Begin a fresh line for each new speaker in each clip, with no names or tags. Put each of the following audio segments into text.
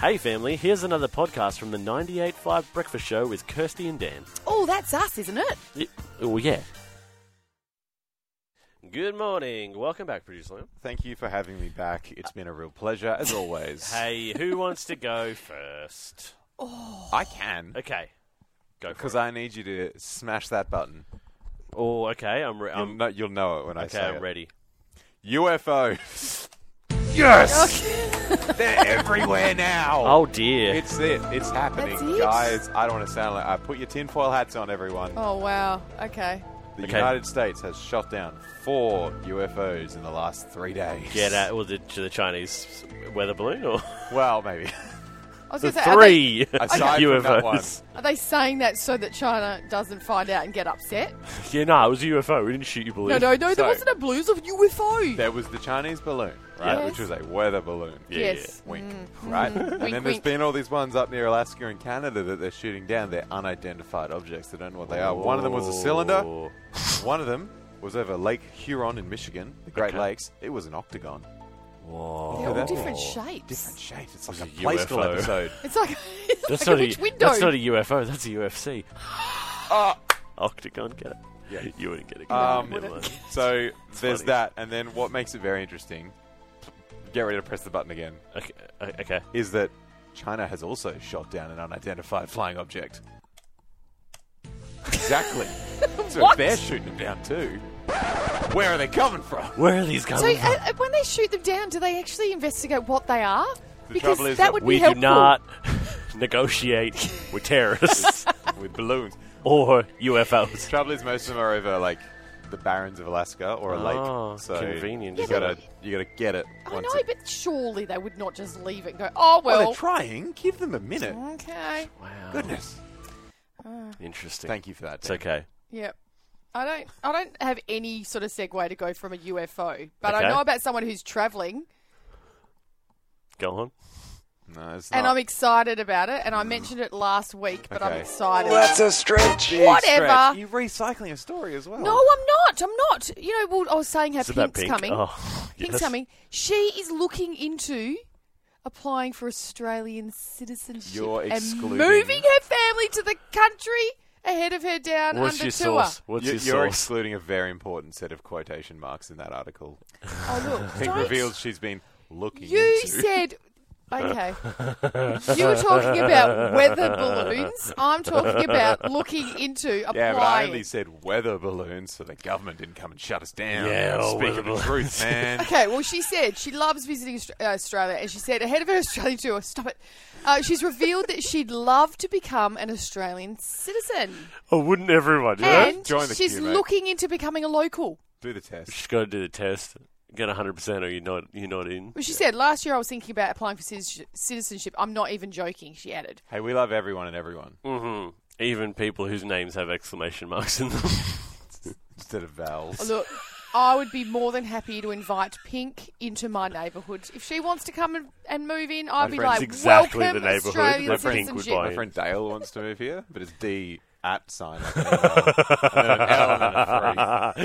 Hey, family, here's another podcast from the 98.5 Breakfast Show with Kirsty and Dan.
Oh, that's us, isn't it?
Y- Oh, yeah. Good morning. Welcome back, Producer Liam.
Thank you for having me back. It's been a real pleasure, as always.
Hey, who wants to go first?
I can
Okay. Go for
because
it.
I need you to smash that button.
Oh, okay. I'm, re-
You'll,
I'm,
know, you'll know it when I
okay,
say
I'm
it.
ready.
UFOs. Yes, they're everywhere now.
Oh, dear.
It's it. It's happening,
That's it?
guys. I don't want to sound like I put your tinfoil hats on, everyone.
Oh, wow. Okay.
The
Okay.
United States has shot down four UFOs in the last three days.
Get out. Was it the Chinese weather balloon or
Well, maybe.
I was
the
going to say, are they,
three
Aside
UFOs?
from that one.
are they saying that so that China doesn't find out and get upset?
Yeah, no, it was a UFO. We didn't shoot you, balloon.
No, no, no, there
So-
wasn't a blues of UFO.
There was the Chinese balloon, right?
Yes.
Which was a weather balloon.
yeah,
yes. Mm,
Wink, right? and
Wink,
then there's
wink.
been all these ones up near Alaska and Canada that they're shooting down. They're unidentified objects. They don't know what they are. One of them was a cylinder.
Oh.
One of them was over Lake Huron in Michigan, the Great
Okay.
Lakes. It was an octagon.
Whoa.
They're all
that-
different
Oh,
shapes.
Different shape. It's like
It's
a,
a
play school
UFO.
episode.
It's like, it's
That's,
like
not
a witch
a,
window.
that's not e- a UFO. That's a UFC. Ah, Octagon, get it?
Yeah.
You wouldn't get it.
Um,
Never
wouldn't.
mind.
so there's
funny.
that. And then what makes it very interesting, get ready to press the button again,
okay, o- okay.
is that China has also shot down an unidentified flying object. Exactly. so
What?
they're shooting them down too. Where are they coming from?
Where are these
so
coming
uh, uh, when they shoot them down, do they actually investigate what they are?
The
because
trouble is
that
that
would
We
be
do
helpful.
not negotiate with terrorists
With balloons.
or UFOs.
The trouble is, most of them are over like the barrens of Alaska or a
Oh,
lake. So
convenient,
You
isn't
gotta,
it?
you gotta get it.
I
once
know,
it-
but surely they would not just leave it and go, oh,
well,
well.
they're trying. Give them a minute.
okay.
Wow.
Goodness.
Interesting.
Thank you for that.
It's okay.
Yep. I don't. I don't have any sort of segue to go from a UFO, but
Okay.
I know about someone who's travelling,
Go on.
No, it's
and
not.
I'm excited about it. And I mentioned it last week, but I'm
Okay.
excited.
That's a stretch.
Whatever.
Stretch, You're recycling a story as well.
No, I'm not. I'm not. You know, well, I was saying how
It's about
Pink's
pink.
coming.
Oh,
Pink's
yes.
coming. She is looking into applying for Australian citizenship
You're
and
excluding-
moving her family to the country ahead of her down
What's
under
your
tour. Oh,
source? What's
You-
your
You're
source?
excluding a very important set of quotation marks in that article.
Oh look,
Pink
don't-
reveals she's been looking
You
into.
said. Okay. you were talking about weather balloons. I'm talking about looking into applying.
yeah, but I only said weather balloons, so the government didn't come and shut us down.
Yeah, oh,
speaking
weather
the truth, man.
Okay, well, she said she loves visiting Aust- uh, Australia, and she said ahead of her Australian tour, stop it. Uh, she's revealed that she'd love to become an Australian citizen,
Oh, wouldn't everyone?
and
Join the
she's
queue, mate.
looking into becoming a local.
Do the test.
Just got to do the test. Get 100% or you're not, you're not in.
Well, she said last year I was thinking about applying for citizenship- citizenship. I'm not even joking. She added,
Hey, we love everyone and everyone
hmm Even people whose names have exclamation marks in them.
instead of vowels.
oh, "Look, I would be more than happy to invite Pink into my neighbourhood if she wants to come and, and move in. I'd be
friend's
like,
exactly the
welcome
neighbourhood
Australian
that Pink would
citizenship.
buy.
My friend Dale wants to move here, but it's D at sign. like an L, and then an L and then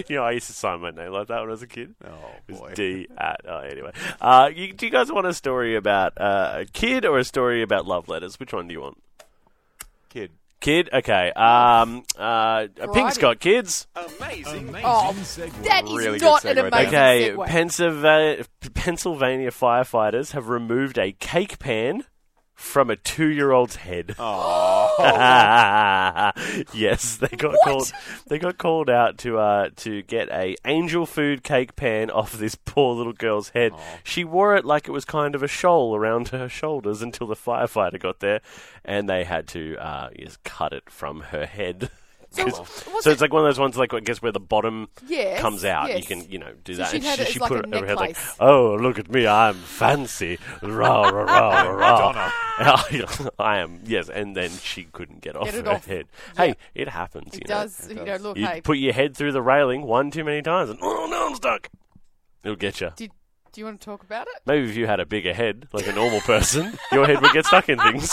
a
you know, I used to sign my name like that when I was a kid.
three.
It
Oh
was
boy.
D at. Oh, anyway. Uh, you, do you guys want a story about uh, a kid or a story about love letters? Which one do you want?
Kid.
Kid? Okay. Um, uh, Pink's
Variety.
got kids.
Oh, that is
Really good
not an
segue,
amazing
Okay.
segue.
Pennsylvania, Pennsylvania firefighters have removed a cake pan from a two year old's head.
Oh.
yes, they got called. They got called out to uh, to get a angel food cake pan off this poor little girl's head. She wore it like it was kind of a shawl around her shoulders until the firefighter got there, and they had to uh, just cut it from her head. 'Cause-
was
so
it-
it's like one of those ones, like I guess where the bottom
Yes,
comes out. You
yes.
can, you know, do
So
that.
she'd
and
had it as like a
over her head
necklace.
oh, look at me, I'm fancy. Rah, rah, rah, rah. I am, yes. And then she couldn't get off
Get it
her
off.
head. Hey, it happens, you
It
know.
does, you know, look,
You
hey,
put your head through the railing one too many times and, oh, no, I'm stuck. It'll get you.
did, do you want to talk about it?
Maybe if you had a bigger head, like a normal person, your head would get stuck in things.